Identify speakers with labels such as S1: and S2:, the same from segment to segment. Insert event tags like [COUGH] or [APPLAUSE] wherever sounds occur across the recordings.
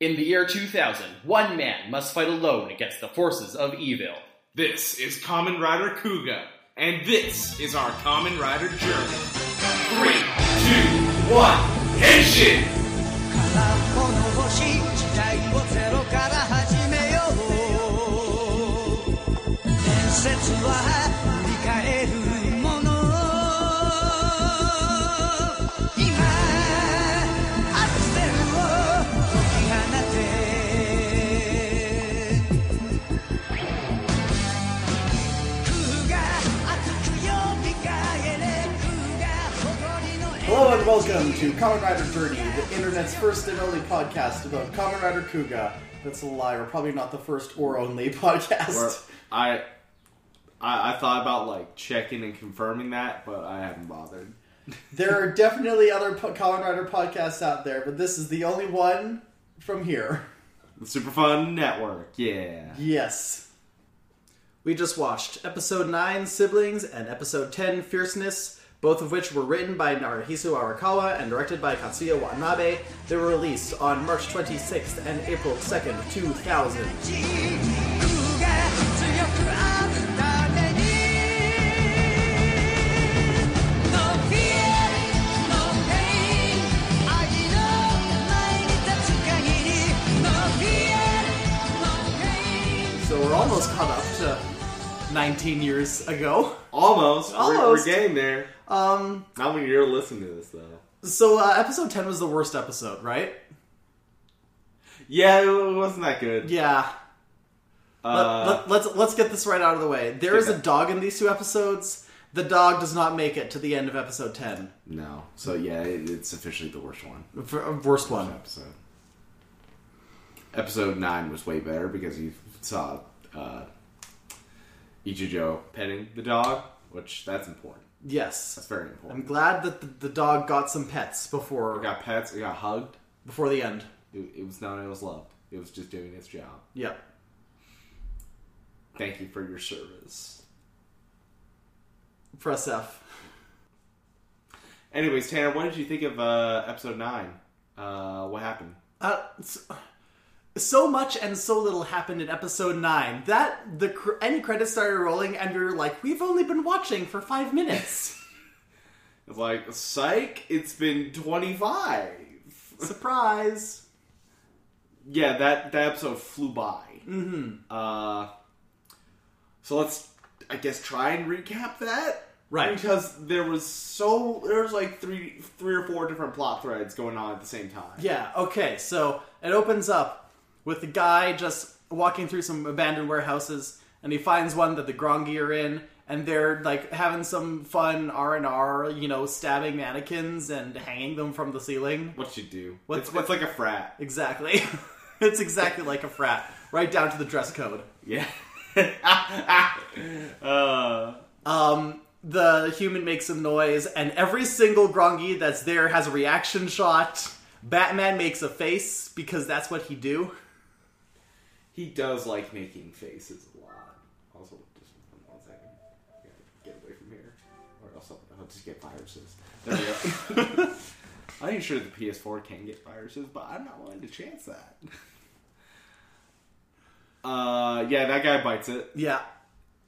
S1: In the year 2000, one man must fight alone against the forces of evil.
S2: This is Common Rider Kuga, and this is our Common Rider journey. Three, two, one, Henshin!
S3: 空っぽの星時代をゼロから始めよう伝説は振り返るもの今アクセルを解き放て空が熱く呼びかけれ空が誇りの
S4: Hello and welcome to Common Rider Journey, the internet's first and only podcast about Common Rider Kuga. That's a lie, we're probably not the first or only [LAUGHS]
S2: Or,
S4: podcast.
S2: I, I I thought about like checking and confirming that, but I haven't bothered.
S4: There are definitely other po- Common Rider podcasts out there, but this is the only one from here.
S2: The Super Fun Network, yeah.
S4: Yes. We just watched episode 9, Siblings, and episode 10, Fierceness, both of which were written by Narahisu Arakawa and directed by Katsuya Watanabe. They were released on March 26th and April 2nd,
S3: 「
S4: 2000.
S3: 空が強くあるために」「No fear, no pain」「愛の前に立つ限り」「No fear, no pain」
S4: So we're almost caught up to 19 years ago.
S2: Almost. We're-
S4: Almost.
S2: We're, getting there.
S4: Um,
S2: Not when you're listening to this, though.
S4: so uh, episode 10 was the worst episode, right?
S2: Yeah, it wasn't that good.
S4: Yeah.
S2: Uh,
S4: let, let, us let's get this right out of the way. There is a
S2: okay.
S4: dog in these two episodes. The dog does not make it to the end of episode 10.
S2: no. So, yeah, it, it's officially the worst one.
S4: For, uh, worst one.
S2: episode. Episode nine was way better because you saw uh, Ichijo petting the dog, which that's important.
S4: Yes.
S2: That's very
S4: I'm
S2: important.
S4: glad that the, the dog got some pets before
S2: It got pets. It got hugged.
S4: before the end.
S2: It, it was known. It was loved. It was just doing its job.
S4: Yep.
S2: Thank you for your service.
S4: Press F.
S2: Anyways, Tanner, what did you think of uh, episode nine? Uh, what happened?
S4: Uh, so, so much and so little happened in episode nine that the cr- end credits started rolling, and we were like, "We've only been watching for five minutes."
S2: It's like psych. It's been twenty five.
S4: Surprise!
S2: yeah, that that episode flew by. Mm-hmm. Uh, so let's, I guess, try and recap that,
S4: Right.
S2: Because there was so there was like three three or four different plot threads going on at the same time.
S4: Yeah. Okay. So it opens up with the guy just walking through some abandoned warehouses, and he finds one that the Grongi are in, and they're like having some fun R and R, you know, stabbing mannequins and hanging them from the ceiling.
S2: What you do?
S4: What-
S2: it's, it's like a frat.
S4: Exactly. [LAUGHS] it's exactly like a frat, right down to the dress code.
S2: Yeah. [LAUGHS] uh,
S4: Um, the human makes some noise, and every single Grongi that's there has a reaction shot. Batman makes a face because that's what he do.
S2: he does like making faces a lot. Also, just one second. I gotta Get away from here, or else I'll, I'll just get viruses. There we go. I'm sure the PS4 can get viruses, but I'm not willing to chance that. [LAUGHS] Uh, yeah, that guy bites it.
S4: Yeah.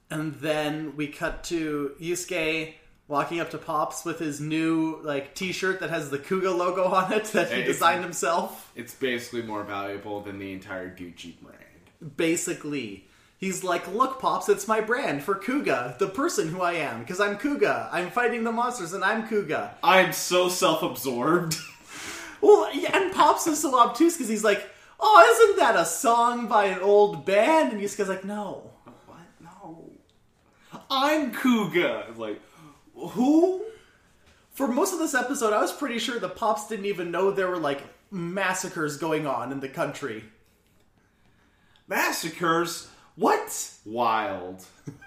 S4: And then we cut to Yusuke walking up to Pops with his new like T-shirt that has the Kuga logo on it that he
S2: Hey.
S4: designed himself.
S2: It's basically more valuable than the entire Gucci brand.
S4: Basically, he's like, "Look, Pops, it's my brand for Kuga, the person who I am, because I'm Kuga. I'm fighting the monsters, and I'm Kuga."
S2: I'm so self-absorbed. [LAUGHS]
S4: Well, yeah, and Pops is so obtuse because he's like, "Oh, isn't that a song by an old band?" And Yusuke's like, "No."
S2: What? No. I'm Kuga. Like, who?
S4: For most of this episode, I was pretty sure the Pops didn't even know there were like massacres going on in the country.
S2: Massacres? What? Wild. [LAUGHS]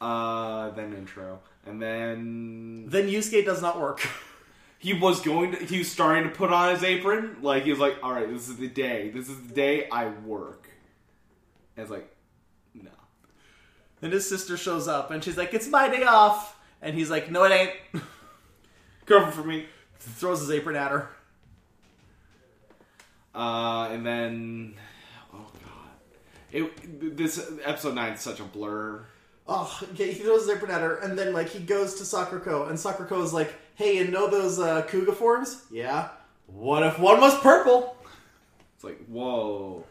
S2: uh, then intro. And then
S4: Then Yusuke does not work. [LAUGHS]
S2: he was going to, he was starting to put on his apron. Like, he was like, alright, this is the day. This is the day I work. And it's like, no.
S4: Then his sister shows up and she's like, "It's my day off," and he's [LAUGHS] like, "No, it ain't."
S2: Cover for me.
S4: Throws his apron at her.
S2: Uh, and then, oh god, it this episode nine is such a blur.
S4: Oh, yeah, he throws his apron at her, and then like he goes to Sakurako, and Sakurako is like, "Hey, and know those uh, Kuga forms? Yeah. What if one was purple?
S2: It's like, whoa,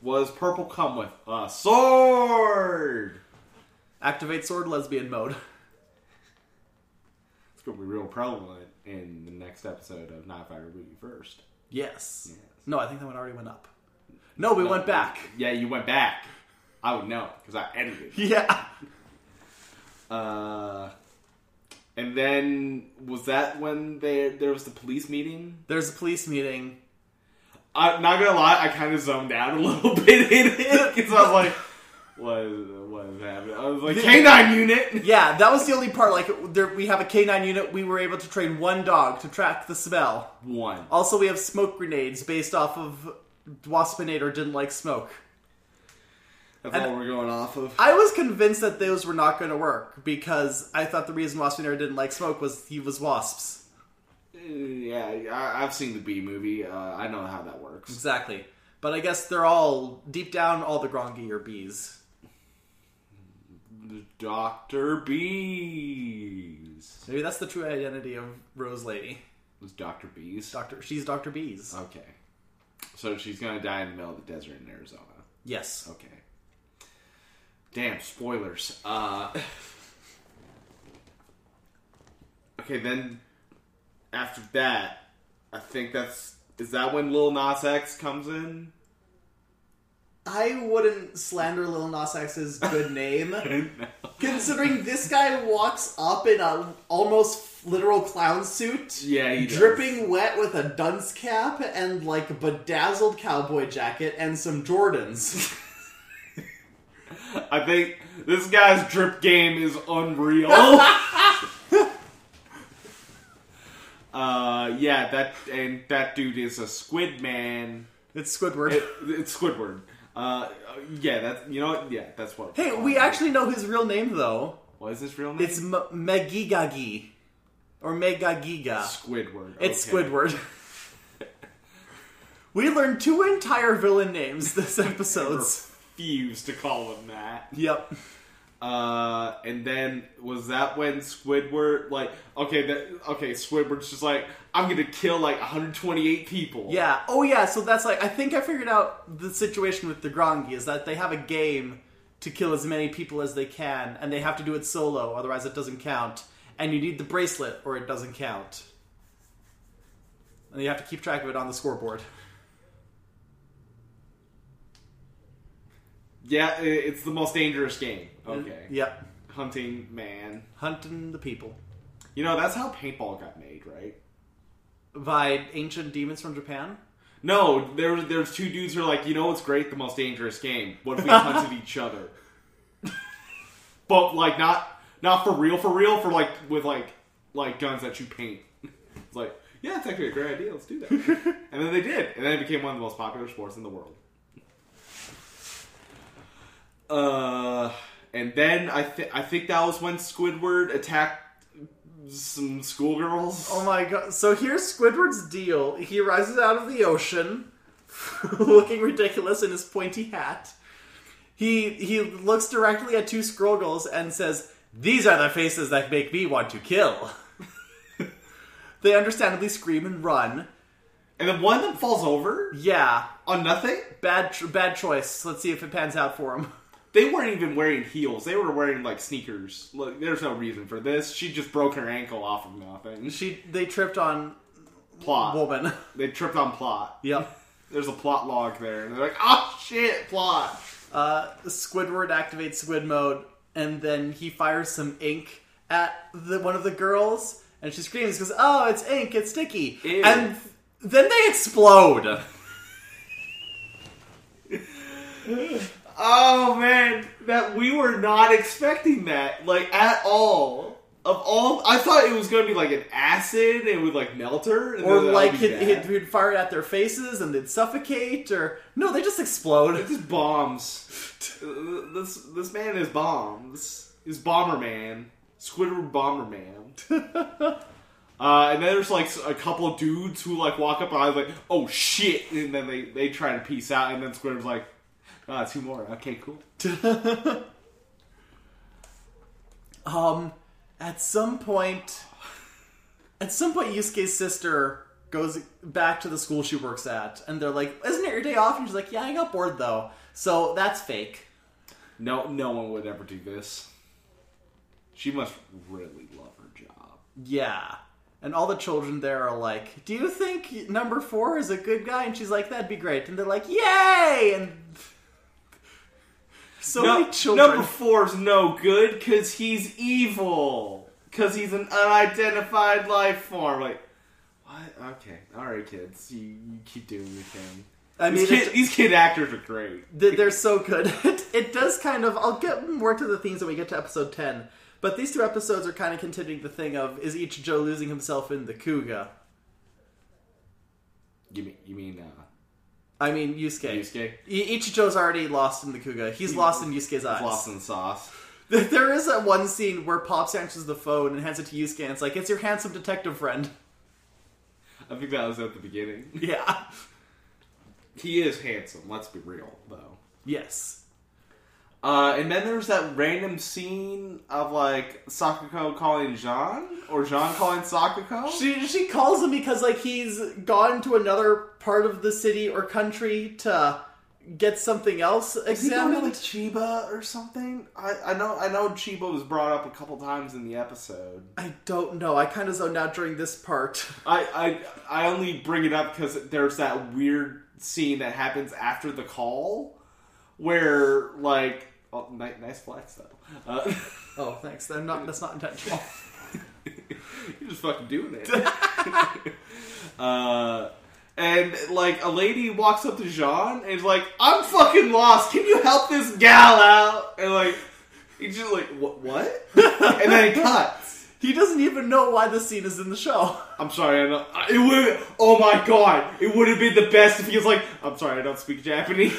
S2: was purple come with a sword?
S4: Activate sword lesbian mode. [LAUGHS]
S2: It's gonna be real prevalent in the next episode of Not Fire Booty first.
S4: Yes.
S2: Yes.
S4: No, I think that one already went up. No, we went back.
S2: Uh, Yeah, you went back. I would know because I edited.
S4: [LAUGHS] Yeah.
S2: Uh, and then was that when they there was the police meeting?
S4: There's a police meeting.
S2: I'm not gonna lie, I kind of zoned out a [LAUGHS] little bit in it because I was like, what is, what is happening? I was like, canine unit.
S4: Yeah, that was the only part. Like, there, we have a K9 unit. We were able to train one dog to track the smell. [LAUGHS]
S2: One.
S4: Also, we have smoke grenades based off of Waspinator didn't like smoke.
S2: That's all we're going off of.
S4: I was convinced that those were not going to work because I thought the reason Waspinator didn't like smoke was he was wasps.
S2: Uh, yeah, I, I've seen the B movie. Uh, I know how that works.
S4: Exactly. But I guess they're all deep down. All the Grongi are bees. Mm-hmm.
S2: Doctor Bees.
S4: Maybe that's the true identity of Rose Lady.
S2: Was Doctor Bees?
S4: Doctor, she's Doctor Bees.
S2: Okay. So she's gonna die in the middle of the desert in Arizona.
S4: yes.
S2: Okay. Damn, spoilers. Uh [LAUGHS] Okay, then after that, I think that's is that when Lil Nas X comes in? [LAUGHS]
S4: I wouldn't slander Lil Nas X's
S2: [LAUGHS]
S4: good name,
S2: No.
S4: considering this guy walks up in a almost literal clown suit,
S2: Yeah, he does.
S4: dripping wet with a dunce cap and like a bedazzled cowboy jacket and some Jordans.
S2: I think this guy's drip game is unreal. uh Uh, yeah, that and that dude is a squid man.
S4: [LAUGHS] it's Squidward.
S2: It, it's Squidward. Uh, yeah, that's you know what? Yeah, that's what.
S4: hey, we actually know his real name though.
S2: What is his real name?
S4: It's M- Megigagi or Megagiga.
S2: Squidward.
S4: It's
S2: okay.
S4: Squidward. [LAUGHS] we learned two entire villain
S2: [LAUGHS]
S4: names this episode.
S2: Refuse to call him that.
S4: yep.
S2: Uh, and then was that when Squidward like okay that okay Squidward's just like I'm gonna kill like 128 people.
S4: Yeah. Oh, yeah. So that's like I think I figured out the situation with the Grongi is that they have a game to kill as many people as they can, and they have to do it solo, otherwise it doesn't count. And you need the bracelet, or it doesn't count. And you have to keep track of it on the scoreboard.
S2: yeah, i- it's the most dangerous game.
S4: Mm-hmm.
S2: Okay,
S4: Yep.
S2: hunting man.
S4: Hunting the people
S2: You know that's how paintball got made, right?
S4: by ancient demons from Japan.
S2: No, there there's two dudes who are like, you know what's great? The most dangerous game. What if we hunted each other? but like not not for real, for real, for like with like like guns that you paint. [LAUGHS] It's like, yeah, it's actually a great idea, let's do that. and then they did, and then it became one of the most popular sports in the world. Uh and then I th- I think that was when Squidward attacked some schoolgirls.
S4: Oh my god. So here's Squidward's deal. He rises out of the ocean, [LAUGHS] looking ridiculous in his pointy hat. He he looks directly at two scroll girls and says, These are the faces that make me want to kill. [LAUGHS] they understandably scream and run.
S2: And then one of them falls over
S4: Yeah.
S2: on nothing.
S4: Bad tr- bad choice. Let's see if it pans out for him.
S2: They weren't even wearing heels. They were wearing like sneakers. Look, there's no reason for this. She just broke her ankle off of nothing.
S4: She they tripped on
S2: Plot.
S4: woman. [LAUGHS]
S2: They tripped on plot.
S4: yep.
S2: There's a plot log there, and they're like, "Oh shit, plot."
S4: Uh, Squidward activates Squid Mode, and then he fires some ink at the, one of the girls, and she screams because "Oh, it's ink! It's sticky!"
S2: Ew.
S4: And then they
S2: [LAUGHS]
S4: explode.
S2: Oh man, that we were not expecting that, like at all. Of all, I thought it was gonna be like an acid. It would like melt her, and
S4: Or
S2: then that
S4: like
S2: would be
S4: he'd,
S2: bad.
S4: he'd, he'd fire it at their faces and they'd suffocate, or no, they just
S2: [LAUGHS]
S4: explode.
S2: This bombs. This this man is bombs. He's Bomberman. Squidward Bomberman. Uh, and then there's like a couple dudes who like walk up and I was like, oh shit, and then they they try to peace out, and then Squidward's like, ah, two more, okay, cool.
S4: Um, at some point, at some point, Yusuke's sister goes back to the school she works at, and they're like, "Isn't it your day off?" And she's like, "Yeah, I got bored though." So that's fake.
S2: No, no one would ever do this. She must really love her job.
S4: Yeah. And all the children there are like, "Do you think number four is a good guy?" And she's like, "That'd be great." And they're like, "Yay!" And [LAUGHS] so many children.
S2: Number four's no good because he's evil. Because he's an unidentified life form. Like, what? Okay, all right, kids, you, you keep doing your thing.
S4: I mean,
S2: These kid,
S4: it's-
S2: these kid actors are great.
S4: [LAUGHS] Th- They're so good. [LAUGHS] It, it does kind of. I'll get more to the themes when we get to episode 10. But these two episodes are kind of continuing the thing of is each Joe losing himself in the Kuga?
S2: You mean you mean uh,
S4: I mean, Yusuke.
S2: Yusuke?
S4: E- Ichijo's already lost in the Kuga. He's lost in Yusuke's eyes.
S2: Floss and sauce.
S4: There is that one scene where Pops answers the phone and hands it to Yusuke and it's like, it's your handsome detective friend. [LAUGHS]
S2: I think that was at the beginning.
S4: Yeah.
S2: He is handsome. Let's be real, though.
S4: Yes.
S2: Uh, and then there's that random scene of like Sakuko calling Jean or Jean calling Sakuko.
S4: She, she calls him because like he's gone to another part of the city or country to get something else
S2: Is he going to like
S4: examined.
S2: Chiba or something? I, I know I know Chiba was brought up a couple times in the episode.
S4: I don't know. I kind of zoned out during this part. [LAUGHS]
S2: I I, I only bring it up because there's that weird scene that happens after the call, where like oh, ni- nice flex though. Uh, [LAUGHS]
S4: Oh, thanks. I'm not. That's not intentional.
S2: You're just fucking doing it. [LAUGHS] uh, and like a lady walks up to Jean and is like, "I'm fucking lost. Can you help this gal out?" And like, he's just like, "What? What?" [LAUGHS] and then it cuts.
S4: he doesn't even know why this scene is in the show.
S2: I'm sorry. I don't, I- it would. Oh my god! It would have been the best if he was like, "I'm sorry, I don't speak [LAUGHS] Japanese."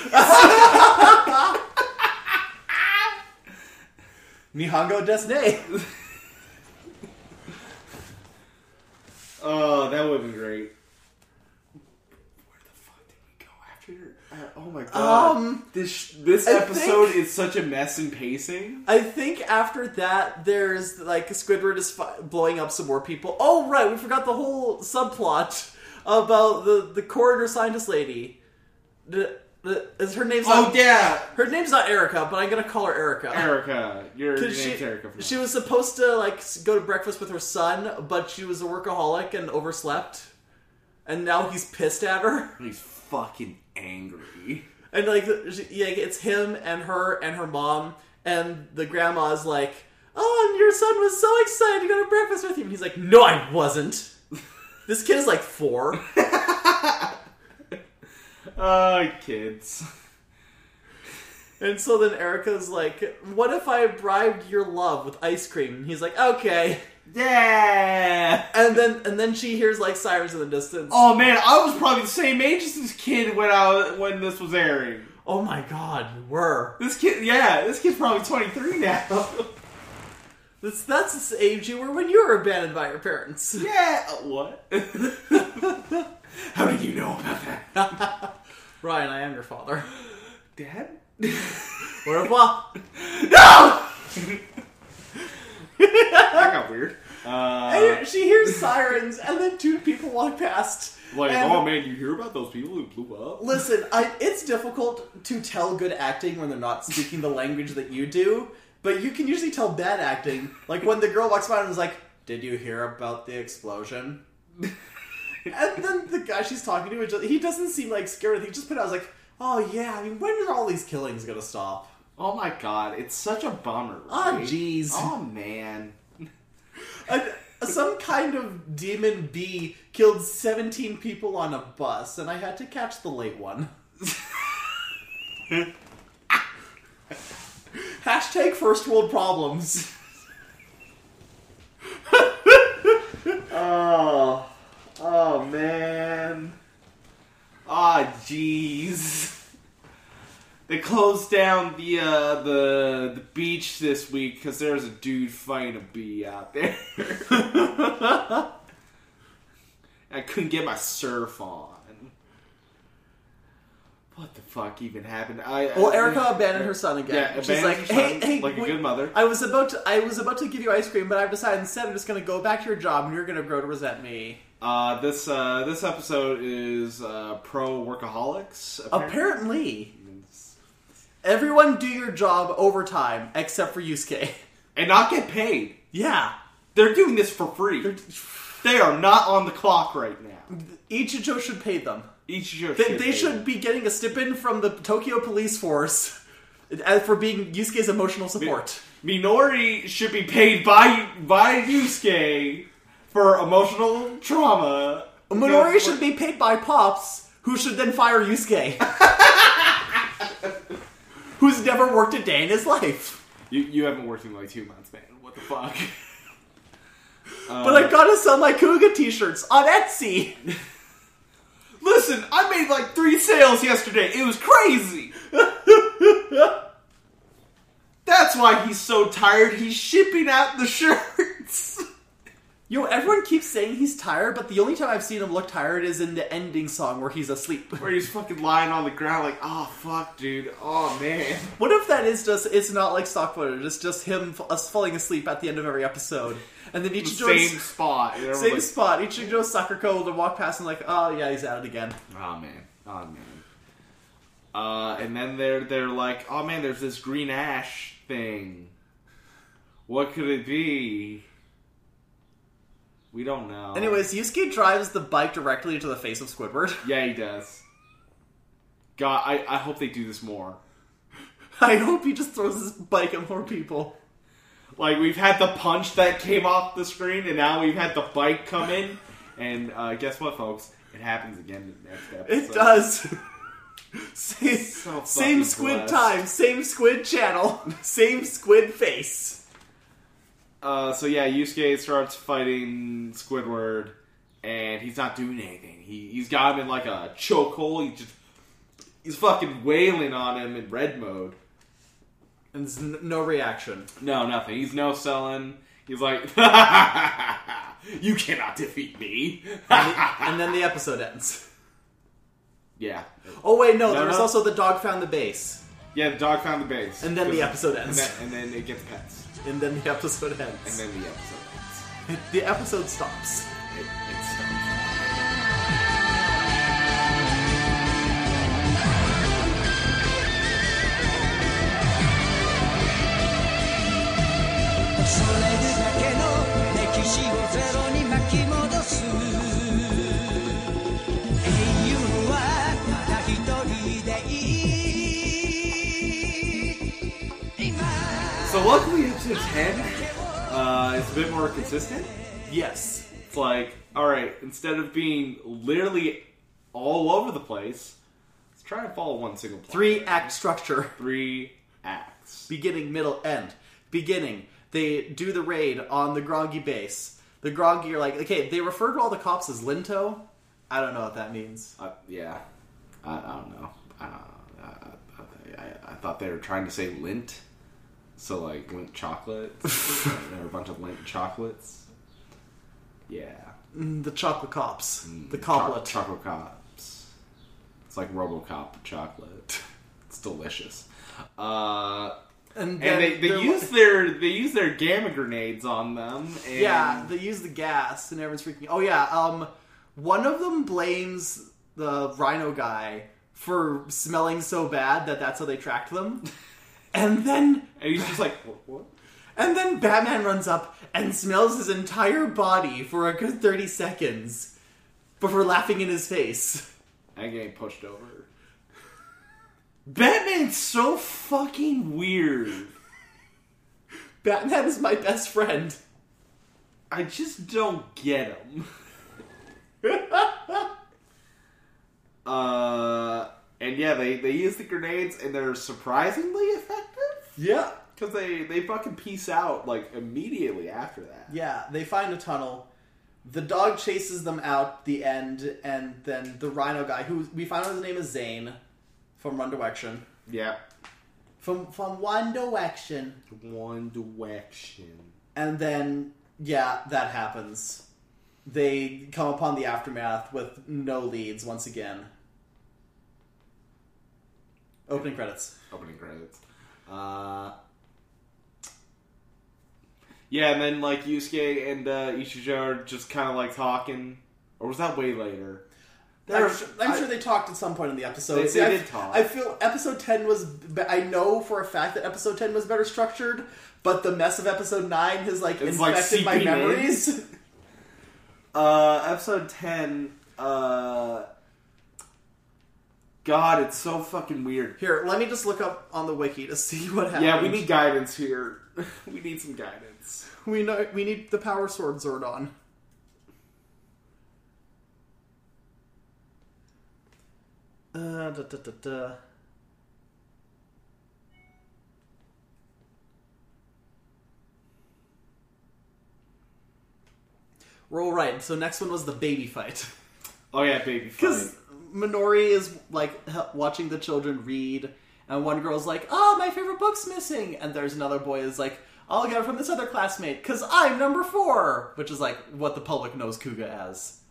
S4: Nihongo [LAUGHS] Desne.
S2: oh, that would have been great. Where the fuck did we go after? Uh, oh my god!
S4: Um,
S2: this sh- this
S4: I
S2: episode
S4: think-
S2: is such a mess in pacing.
S4: I think after that, there's like Squidward is fi- blowing up some more people. Oh right, we forgot the whole subplot [LAUGHS] about the the coroner scientist lady. The, the, is her name's
S2: Oh
S4: not,
S2: yeah,
S4: her name's not Erica, but I'm gonna call her Erica.
S2: Erica. Your, your
S4: Cause
S2: name's
S4: she,
S2: Erica. From
S4: she was supposed to like s- go to breakfast with her son, but she was a workaholic and overslept, and now he's pissed at her.
S2: He's fucking angry.
S4: And like, the- she, yeah, it's him and her and her mom, and the grandma's like, "Oh, and your son was so excited to go to breakfast with you," and he's like, "No, I wasn't." this kid is like four.
S2: Uh, kids.
S4: And so then Erica's like, "What if I bribed your love with ice cream?" And he's like, "Okay."
S2: Yeah.
S4: And then and then she hears like sirens in the distance.
S2: Oh man, I was probably the same age as this kid when I was, when this was airing.
S4: oh my god, you were.
S2: This kid, yeah, this kid's probably twenty three now. [LAUGHS]
S4: That's that's the age you were when you were abandoned by your parents.
S2: yeah. uh, What? [LAUGHS] How did you know about that,
S4: [LAUGHS] Ryan, I am your father.
S2: [LAUGHS] Dad?
S4: Au revoir. [LAUGHS]
S2: no. that got weird. Uh,
S4: And she hears sirens, and then two people walk past.
S2: like,
S4: And
S2: oh man, you hear about those people who blew up?
S4: Listen, I, it's difficult to tell good acting when they're not speaking the language that you do, but you can usually tell bad acting. Like when the girl walks by and is like, "Did you hear about the
S2: [LAUGHS]
S4: explosion?" and then the guy she's talking to, he doesn't seem like scared. He just put out, I was like, "Oh yeah, I mean, when are all these killings gonna stop?"
S2: Oh my god, it's such a bummer.
S4: Ah,
S2: right?
S4: jeez.
S2: Oh man.
S4: A, some kind of demon bee killed 17 people on a bus, and I had to catch the late
S2: [LAUGHS]
S4: one. Hashtag first world problems.
S2: Oh. Oh man. Ah, jeez. They closed down the uh, the the beach this week because there's a dude fighting a bee out there. [LAUGHS] I couldn't get my surf on. What the fuck even happened? I
S4: Well,
S2: I-
S4: Erica abandoned her son again.
S2: Yeah,
S4: and she's
S2: abandoned
S4: like,
S2: her
S4: "Hey,
S2: son,
S4: hey,
S2: like a
S4: we-
S2: good mother."
S4: I was about to, I was about to give you ice cream, but I've decided instead I'm just going to go back to your job, and you're going to grow to resent me."
S2: Uh, this uh, this episode is uh, pro workaholics.
S4: Apparently, everyone do your job overtime except for Yusuke. [LAUGHS]
S2: and not get paid.
S4: yeah,
S2: They're doing this for free. They're, not on the clock right now.
S4: Ichijo should pay them.
S2: Each year,
S4: They, they should be getting a stipend from the Tokyo Police Force uh, for being Yusuke's emotional support.
S2: Minori should be paid by by Yusuke for emotional trauma.
S4: Minori should be paid by Pops, who should then fire Yusuke,
S2: [LAUGHS]
S4: who's never worked a day in his life.
S2: You, you haven't worked in like two months, man. What the fuck? [LAUGHS] Uh. Um,
S4: But I gotta sell my Kuga t-shirts on Etsy.
S2: Listen, I made like three sales yesterday. It was [LAUGHS] crazy. That's why he's so tired. He's shipping out the shirts. [LAUGHS]
S4: Yo, everyone keeps saying he's tired, but the only time I've seen him look tired is in the ending song where he's asleep.
S2: Where he's fucking lying on the ground, like, oh fuck, dude. Oh man.
S4: What if that is just, it's not like stock footage, it's just him f- us falling asleep at the end of every episode. And then
S2: The
S4: Ichijo
S2: same spot. And everyone's
S4: same
S2: like,
S4: spot, Ichijo Sakurako will walk past and like, oh yeah, he's at it again.
S2: Oh man. Oh man. Uh, and then they're they're like, oh man, there's this green ash thing. What could it be? We don't know.
S4: Anyways, Yusuke drives the bike directly into the face of Squidward. [LAUGHS]
S2: Yeah, he does. God, I, I hope they do this more.
S4: I hope he just throws his bike at more people.
S2: Like we've had the punch that came off the screen, and now we've had the bike come in. And uh, guess what, folks? It happens again in the next
S4: It
S2: episode.
S4: does. [LAUGHS] same,
S2: So
S4: same
S2: fucking
S4: squid
S2: blessed.
S4: time, same squid channel, [LAUGHS] same squid face.
S2: Uh, so yeah, Yusuke starts fighting Squidward, and he's not doing anything. He he's got him in like a chokehold. He just he's fucking wailing on him in red mode.
S4: And there's n- no reaction.
S2: No, nothing. He's no selling. He's like, [LAUGHS] you cannot defeat me. [LAUGHS]
S4: And, the- [LAUGHS] and then the episode ends.
S2: yeah,
S4: Oh wait, no, there
S2: No,
S4: was
S2: no.
S4: also the dog found the base.
S2: yeah. The dog found the base,
S4: And then the episode ends.
S2: and then, and then it gets pets,
S4: And then the episode
S2: and
S4: ends.
S2: then the episode
S4: [LAUGHS] the episode stops.
S2: ends. It, it stops.
S3: 「それだけの歴史をゼロに巻き戻す」「英雄はただ一人でいい」「今
S2: So
S4: Oh,
S2: luckily, episode ten uh, is a bit more consistent.
S4: Yes.
S2: It's like, all right, instead of being literally all over the place, let's try and follow one single plot.
S4: Three act structure.
S2: three acts.
S4: beginning, middle, end. Beginning, they do the raid on the Grongi base. The Grongi are like, okay, they refer to all the cops as Linto. I don't know what that means.
S2: Uh, yeah, I, I don't know. I, don't know. I, I, I thought they were trying to say lint, so like lint
S4: [LAUGHS]
S2: chocolates. there were a bunch of lint chocolates. Yeah,
S4: Mm, The chocolate cops. the
S2: Mm, Choc-
S4: coplet.
S2: chocolate cops. It's like RoboCop chocolate. [LAUGHS] It's delicious. Uh,
S4: and then
S2: and they, they
S4: they're
S2: use
S4: like-
S2: their they use their gamma grenades on them. And
S4: yeah, they use the gas, and everyone's freaking. Oh yeah, um, one of them blames the Rhino guy for smelling so bad that that's how they tracked
S2: [LAUGHS]
S4: them. And then,
S2: and he's just like, what? what?
S4: and then Batman runs up and smells his entire body for a good thirty seconds before laughing in his face.
S2: I'm getting pushed
S4: [LAUGHS]
S2: over. Batman's so fucking weird.
S4: Batman is my best friend.
S2: I just don't get him. [LAUGHS] uh, and yeah, they they use the grenades and they're surprisingly effective
S4: Yeah.
S2: because they they fucking peace out like immediately after that.
S4: Yeah, they find a tunnel. The dog chases them out the end, and then the rhino guy, who we found out his name is Zane from One Direction.
S2: Yeah.
S4: From from One Direction.
S2: One Direction.
S4: And then, yeah, that happens. they come upon the aftermath with no leads once again. Opening credits.
S2: Opening credits. Uh, yeah, and then like Yusuke and uh, Ichijo are just kind of like talking, or was that way later?
S4: I'm,
S2: They're-
S4: sure, I'm
S2: I-
S4: sure they talked at some point in the episode.
S2: They-
S4: See,
S2: they
S4: I,
S2: did talk.
S4: I feel episode 10 was. Be- I know for a fact that episode 10 was better structured, but the mess of episode 9 has, like,
S2: It's, like,
S4: infected my
S2: seeping in.
S4: memories. [LAUGHS]
S2: Uh, episode 10, uh. God, it's so fucking weird.
S4: Here, let me just look up on the wiki to see what happened.
S2: Yeah, we need guidance here. [LAUGHS] we need some guidance.
S4: [LAUGHS] We, know, we need the Power Sword Zordon. Uh, da, da, da, da. Roll right. So next one was the baby fight. [LAUGHS]
S2: Oh, yeah, baby.
S4: Because
S2: fight.
S4: Minori is like h- watching the children read, and one girl's like, "Oh, my favorite book's missing," and there's another boy is like, "I'll get it from this other classmate because I'm number four, which is like what the public knows Kuga as.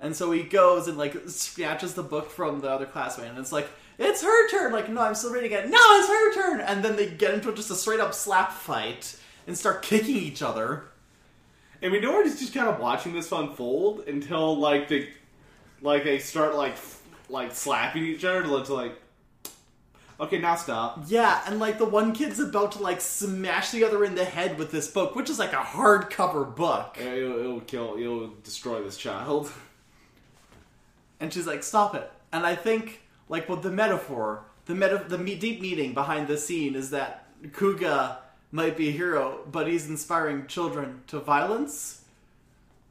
S4: And so he goes and like snatches the book from the other classmate, and it's like. It's her turn. Like, no, I'm still reading it. No, it's her turn. And then they get into just a straight up slap fight and start kicking each other.
S2: And Midori's just kind of watching this unfold until like they, like they start like f- like slapping each other until like, okay, now stop.
S4: Yeah, and like the one kid's about to like smash the other in the head with this book, which is like a hardcover book.
S2: It'll, it'll kill. It'll destroy this child. [LAUGHS]
S4: And she's like, "Stop it!" And I think like well, the metaphor, the meta, the me- deep meaning behind the scene is that Kuga might be a hero, but he's inspiring children to violence.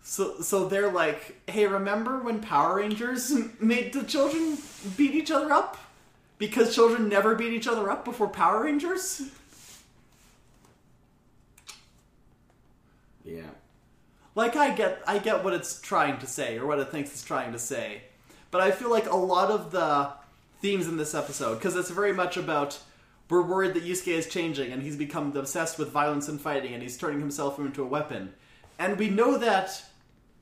S4: So, so they're like, "Hey, remember when Power Rangers m- made the children beat each other up?" Because children never beat each other up before Power Rangers?
S2: Yeah.
S4: like I get I get what it's trying to say or what it thinks it's trying to say. But I feel like a lot of the themes in this episode cuz it's very much about we're worried that Yusuke is changing and he's become obsessed with violence and fighting and he's turning himself into a weapon. And we know that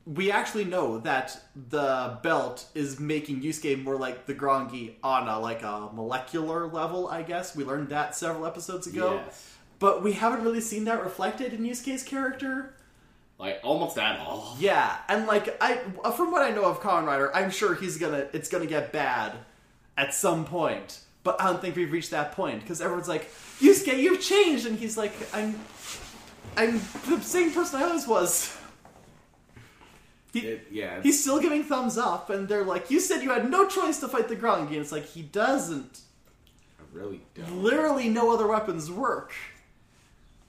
S4: we actually know that the belt is making Yusuke more like the Grongi on a like a molecular level, I guess. We learned that several episodes ago.
S2: Yes.
S4: But we haven't really seen that reflected in Yusuke's character.
S2: Like almost at all.
S4: Yeah, and like I, uh, from what I know of Kamen Rider, I'm sure he's gonna, it's gonna get bad at some point. But I don't think we've reached that point because everyone's like, Yusuke, you've changed, and he's like, I'm, I'm the same person I always was. He,
S2: It- yeah.
S4: he's still giving thumbs up, and they're like, "You said you had no choice to fight the Grongi," and it's like he doesn't.
S2: I really don't.
S4: Literally, no other weapons work.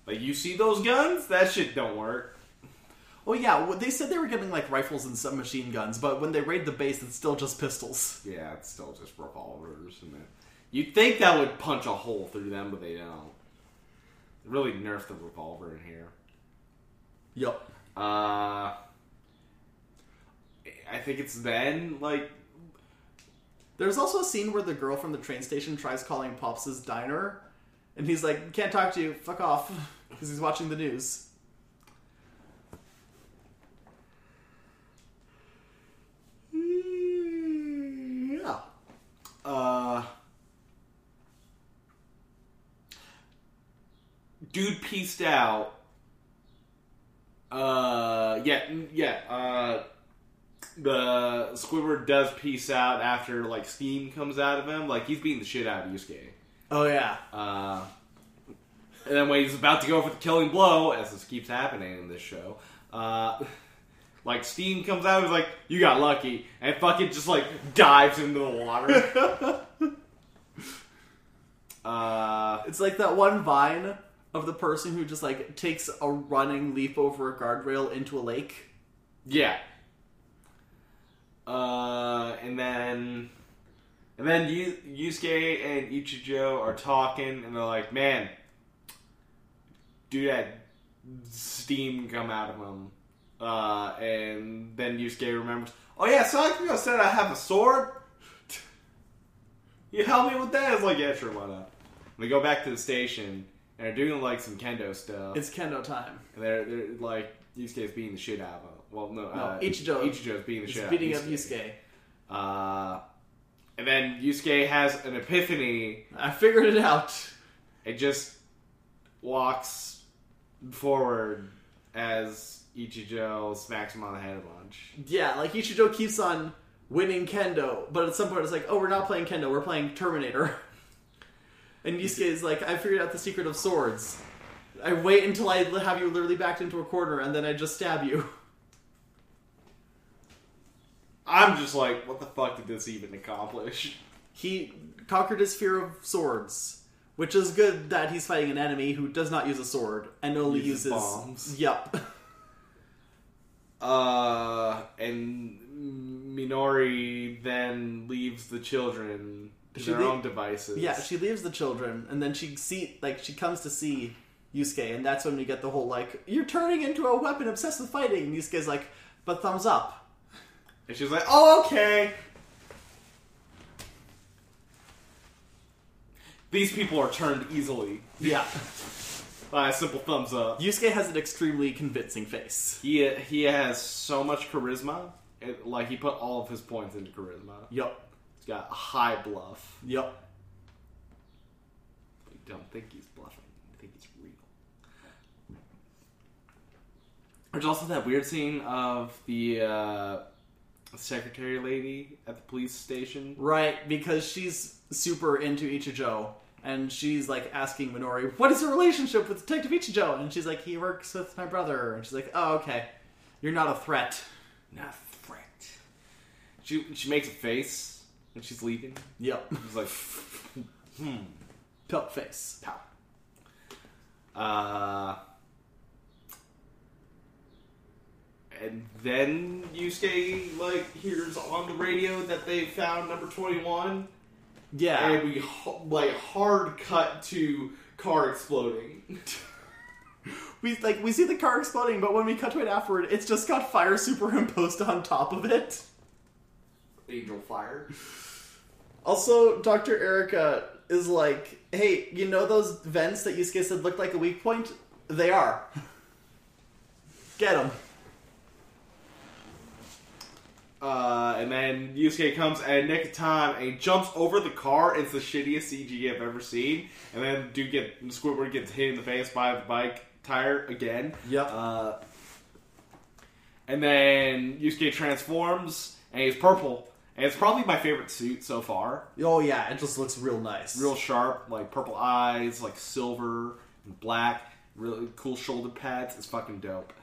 S2: Like you see those guns? That shit don't work.
S4: Oh yeah, well, they said they were getting like rifles and submachine guns, but when they raid the base, it's still just pistols.
S2: Yeah, it's still just revolvers and that. You'd think that would punch a hole through them, but they don't. They really nerfed the revolver in here.
S4: Yep.
S2: Uh, I think it's then like
S4: There's also a scene where the girl from the train station tries calling Pops' diner, and he's like, "Can't talk to you. Fuck off," [LAUGHS] because he's watching the news. Yeah.
S2: uh, dude pieced out. Uh, yeah, n- yeah. Uh, the Squidward does piece out after like steam comes out of him. Like he's beating the shit out of Yusuke.
S4: Oh yeah.
S2: Uh, and then when he's about to go for the killing blow, as this keeps happening in this show, uh, like steam comes out, he's like, "You got lucky," and fucking just like dives into the water. uh,
S4: It's like that one vine of the person who just like takes a running leap over a guardrail into a lake.
S2: yeah. Uh, and then. And then Yu- Yusuke and Ichijo are talking, and they're like, "Man, dude had steam come out of him." Uh, and then Yusuke remembers, "Oh yeah, Sakura said I have a sword. [LAUGHS] you help me with that?" It's like, "Yeah, sure, why not?" They go back to the station and are doing like some kendo stuff.
S4: It's kendo time.
S2: And they're, they're like, Yusuke's beating the shit out of him. well, no, uh,
S4: Ichijo.
S2: Ichijo's beating the
S4: He's
S2: shit out of
S4: beating up Yusuke.
S2: Uh, and then Yusuke has an epiphany
S4: I figured it out.
S2: and just walks forward as Ichijo smacks him on the head a bunch.
S4: Yeah, like Ichijo keeps on winning kendo, but at some point it's like, oh, we're not playing kendo, we're playing Terminator. [LAUGHS] And Yusuke is like, I figured out the secret of swords. I wait until I li- have you literally backed into a corner, and then I just stab you. [LAUGHS]
S2: I'm just like, what the fuck did this even accomplish?
S4: He conquered his fear of swords, which is good that he's fighting an enemy who does not use a sword and only
S2: Uses
S4: uses,
S2: bombs.
S4: Yup. [LAUGHS]
S2: Uh, and Minori then leaves the children to
S4: She
S2: their
S4: lea-
S2: own devices.
S4: Yeah, she leaves the children, and then she see like she comes to see Yusuke, and that's when we get the whole like you're turning into a weapon obsessed with fighting. And Yusuke's like, but thumbs up.
S2: and she's like, "Oh, okay." These people are turned easily
S4: Yeah,
S2: by a simple thumbs up.
S4: Yusuke has an extremely convincing face.
S2: He he has so much charisma. It, like he put all of his points into charisma.
S4: Yup,
S2: He's got a high bluff.
S4: yup.
S2: I don't think he's bluffing. I think he's real. There's also that weird scene of the uh, secretary lady at the police station.
S4: Right, because she's super into Ichijo, and she's like asking Minori, "What is your relationship with Detective Ichijo?" And she's like, "He works with my brother." And she's like, "Oh, okay, you're not a threat."
S2: Not threat. She she makes a face when she's leaving.
S4: Yup, [LAUGHS]
S2: She's like,
S4: pelt face.
S2: pow. Uh, and then Yusuke like hears on the radio that they found number twenty one.
S4: Yeah,
S2: and we ho- like hard cut to car exploding. [LAUGHS]
S4: We like we see the car exploding, but when we cut to it afterward, it's just got fire superimposed [LAUGHS] on top of it.
S2: Angel fire.
S4: Also, Dr. Erica is like, "Hey, you know those vents that Yusuke said looked like a weak point? They are. [LAUGHS] Get them."
S2: Uh, and then Yusuke comes at nick of time and he jumps over the car. It's the shittiest CG I've ever seen. And then dude get Squidward gets hit in the face by the bike tire again.
S4: Yep.
S2: Uh, and then Yusuke transforms and he's purple. And it's probably my favorite suit so far.
S4: Oh yeah, it just looks real nice.
S2: real sharp, like purple eyes, like silver and black, really cool shoulder pads. It's fucking dope.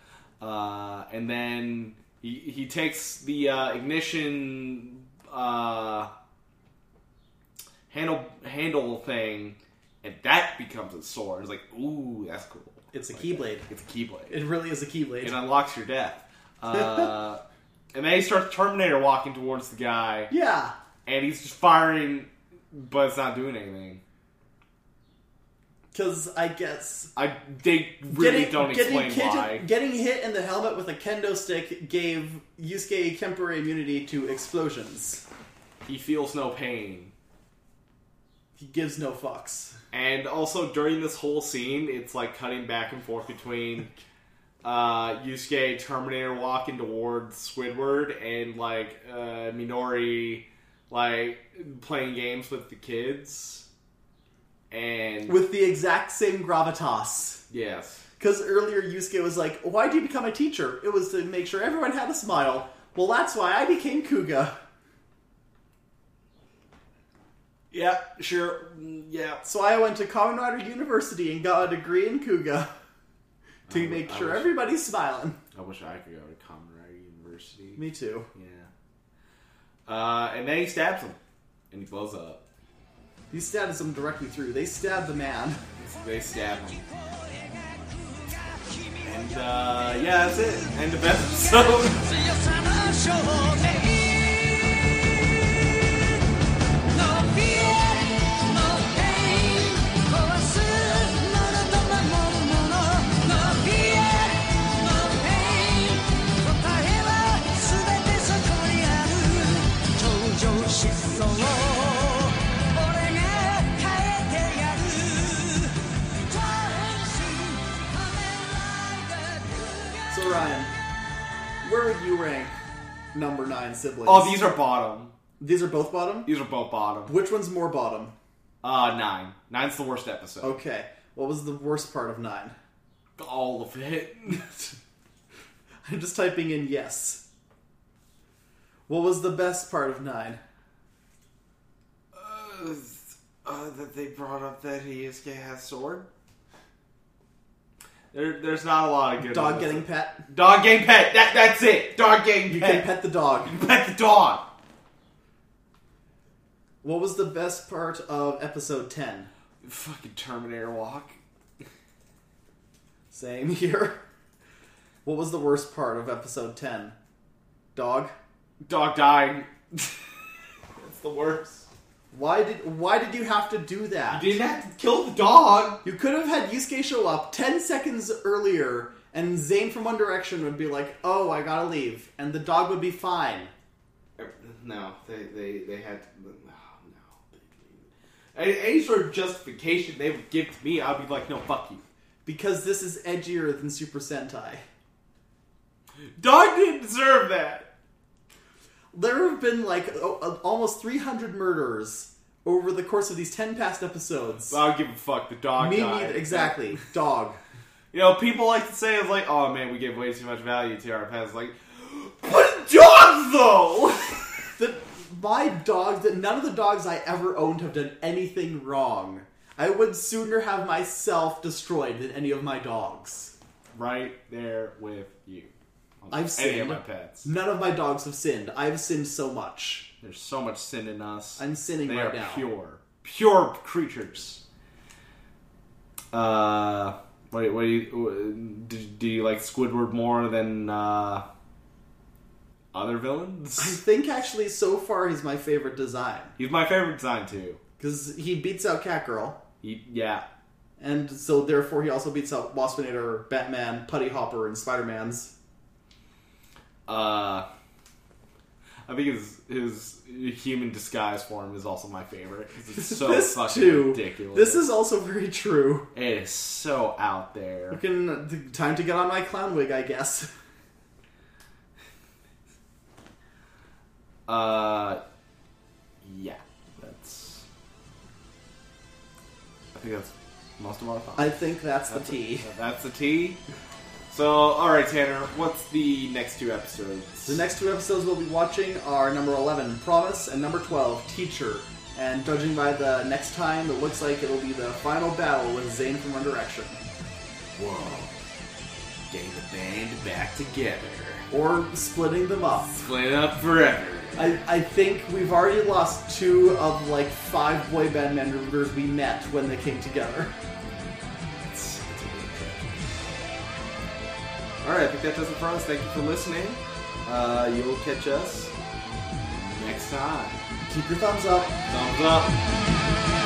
S2: Uh, and then he, he takes the uh, ignition uh, handle handle thing, and that becomes a sword. It's like, ooh, that's cool.
S4: It's a
S2: Like,
S4: keyblade.
S2: It's a keyblade.
S4: It really is a keyblade.
S2: It unlocks your death. Uh, [LAUGHS] and then he starts Terminator walking towards the guy,
S4: yeah.
S2: and he's just firing, but it's not doing anything.
S4: Cause I guess
S2: I they really don't explain
S4: hit,
S2: why.
S4: getting hit in the helmet with a kendo stick gave Yusuke temporary immunity to explosions.
S2: He feels no pain.
S4: He gives no fucks.
S2: And also during this whole scene, it's like cutting back and forth between uh, Yusuke Terminator walking towards Squidward and like uh, Minori like playing games with the kids. And
S4: with the exact same gravitas.
S2: yes,
S4: Because earlier Yusuke was like, "Why do you become a teacher?" It was to make sure everyone had a smile. Well, that's why I became Kuga.
S2: yeah, sure, Mm, yeah.
S4: So I went to Kamen Rider University and got a degree in Kuga to
S2: I
S4: make
S2: wish-
S4: sure
S2: I wish-
S4: everybody's smiling.
S2: I wish I could go to Kamen Rider University.
S4: Me too.
S2: Yeah. Uh, and then he stabs him, and he blows up.
S4: He stabbed them directly through. They stabbed the man.
S2: They stab him. And uh, yeah, that's it. End of episode. [LAUGHS]
S3: 強さの証明 No fear, no pain 壊すものと守るもの No fear, no pain 答えは全てそこにある頂上失踪俺が変えてやる Dancing, I'm a light
S4: So Ryan, where number nine siblings.
S2: Oh, these are bottom.
S4: These are both bottom.
S2: These are both bottom.
S4: Which one's more bottom?
S2: Uh, nine. Nine's the worst episode.
S4: Okay. What was the worst part of nine? [LAUGHS]
S2: All of it.
S4: I'm just typing in yes. What was the best part of nine?
S2: uh, [LAUGHS] uh, that they brought up that he is gay has sword. There, there's not a lot of good.
S4: Dog
S2: ones.
S4: getting
S2: [LAUGHS]
S4: pet.
S2: dog getting pet. That, that's it. Dog getting
S4: You can
S2: pet.
S4: pet the dog.
S2: You pet the dog.
S4: What was the best part of episode 10?
S2: Fucking Terminator walk.
S4: Same [LAUGHS] here. What was the worst part of episode 10? Dog.
S2: Dog dying. [LAUGHS] that's the worst.
S4: Why did why did you have to do that?
S2: You didn't have to kill the dog.
S4: You could have had Yusuke show up 10 seconds earlier and Zayn from One Direction would be like, "Oh, I got to leave." And the dog would be fine.
S2: No, they they they had to, oh, no no. Any, any sort of justification they would give to me, I'd be like, no, fuck you.
S4: Because this is edgier than Super Sentai.
S2: Dog didn't deserve that.
S4: There have been like o- o- almost 300 murders over the course of these 10 past episodes.
S2: I don't give a fuck. The dog.
S4: Me
S2: died.
S4: neither. Exactly. Dog.
S2: You know, people like to say it's like, oh man, we give way too much value to our pets. Like, but dogs though.
S4: The, my dogs, that none of the dogs I ever owned have done anything wrong. I would sooner have myself destroyed than any of my dogs.
S2: [LAUGHS] right there with you. On
S4: I've
S2: any of
S4: sinned.
S2: my pets.
S4: None of my dogs have sinned. I've sinned so much.
S2: There's so much sin in us.
S4: I'm sinning
S2: they
S4: right
S2: are
S4: now.
S2: pure, pure creatures. Uh, what, what do you do? Do you like Squidward more than uh, other
S4: I [LAUGHS]
S2: villains?
S4: think actually so far he's my favorite design.
S2: He's my favorite design too.
S4: Because he beats out Catgirl.
S2: He, yeah,
S4: And so therefore he also beats out Waspinator, Batman, Putty Hopper, and Spider-Man's.
S2: Uh, I think his his human disguise form is also my favorite. 'cause It's
S4: [LAUGHS]
S2: so fucking ridiculous.
S4: This is also very true.
S2: it is so out there.
S4: Fucking th- time to get on my clown wig, I guess. [LAUGHS]
S2: Uh, yeah, that's. I think that's most of our thoughts.
S4: I think that's the
S2: That's
S4: T.
S2: a- [LAUGHS] that's the T. So, all right, Tanner, what's the next two episodes?
S4: The next two episodes we'll be watching are number 11, Promise, and number 12, Teacher. And judging by the next time, it looks like it'll be the final battle with Zayn from One Direction.
S2: Whoa! Getting the band back together.
S4: Or splitting them up.
S2: Split up forever.
S4: I, I think we've already lost two of like five boy band members we met when they came together.
S2: It's- it's a good trip. All right, I think that does it for us. Thank you for listening. Uh, you'll catch us next time.
S4: Keep your thumbs up.
S2: Thumbs up.
S5: 「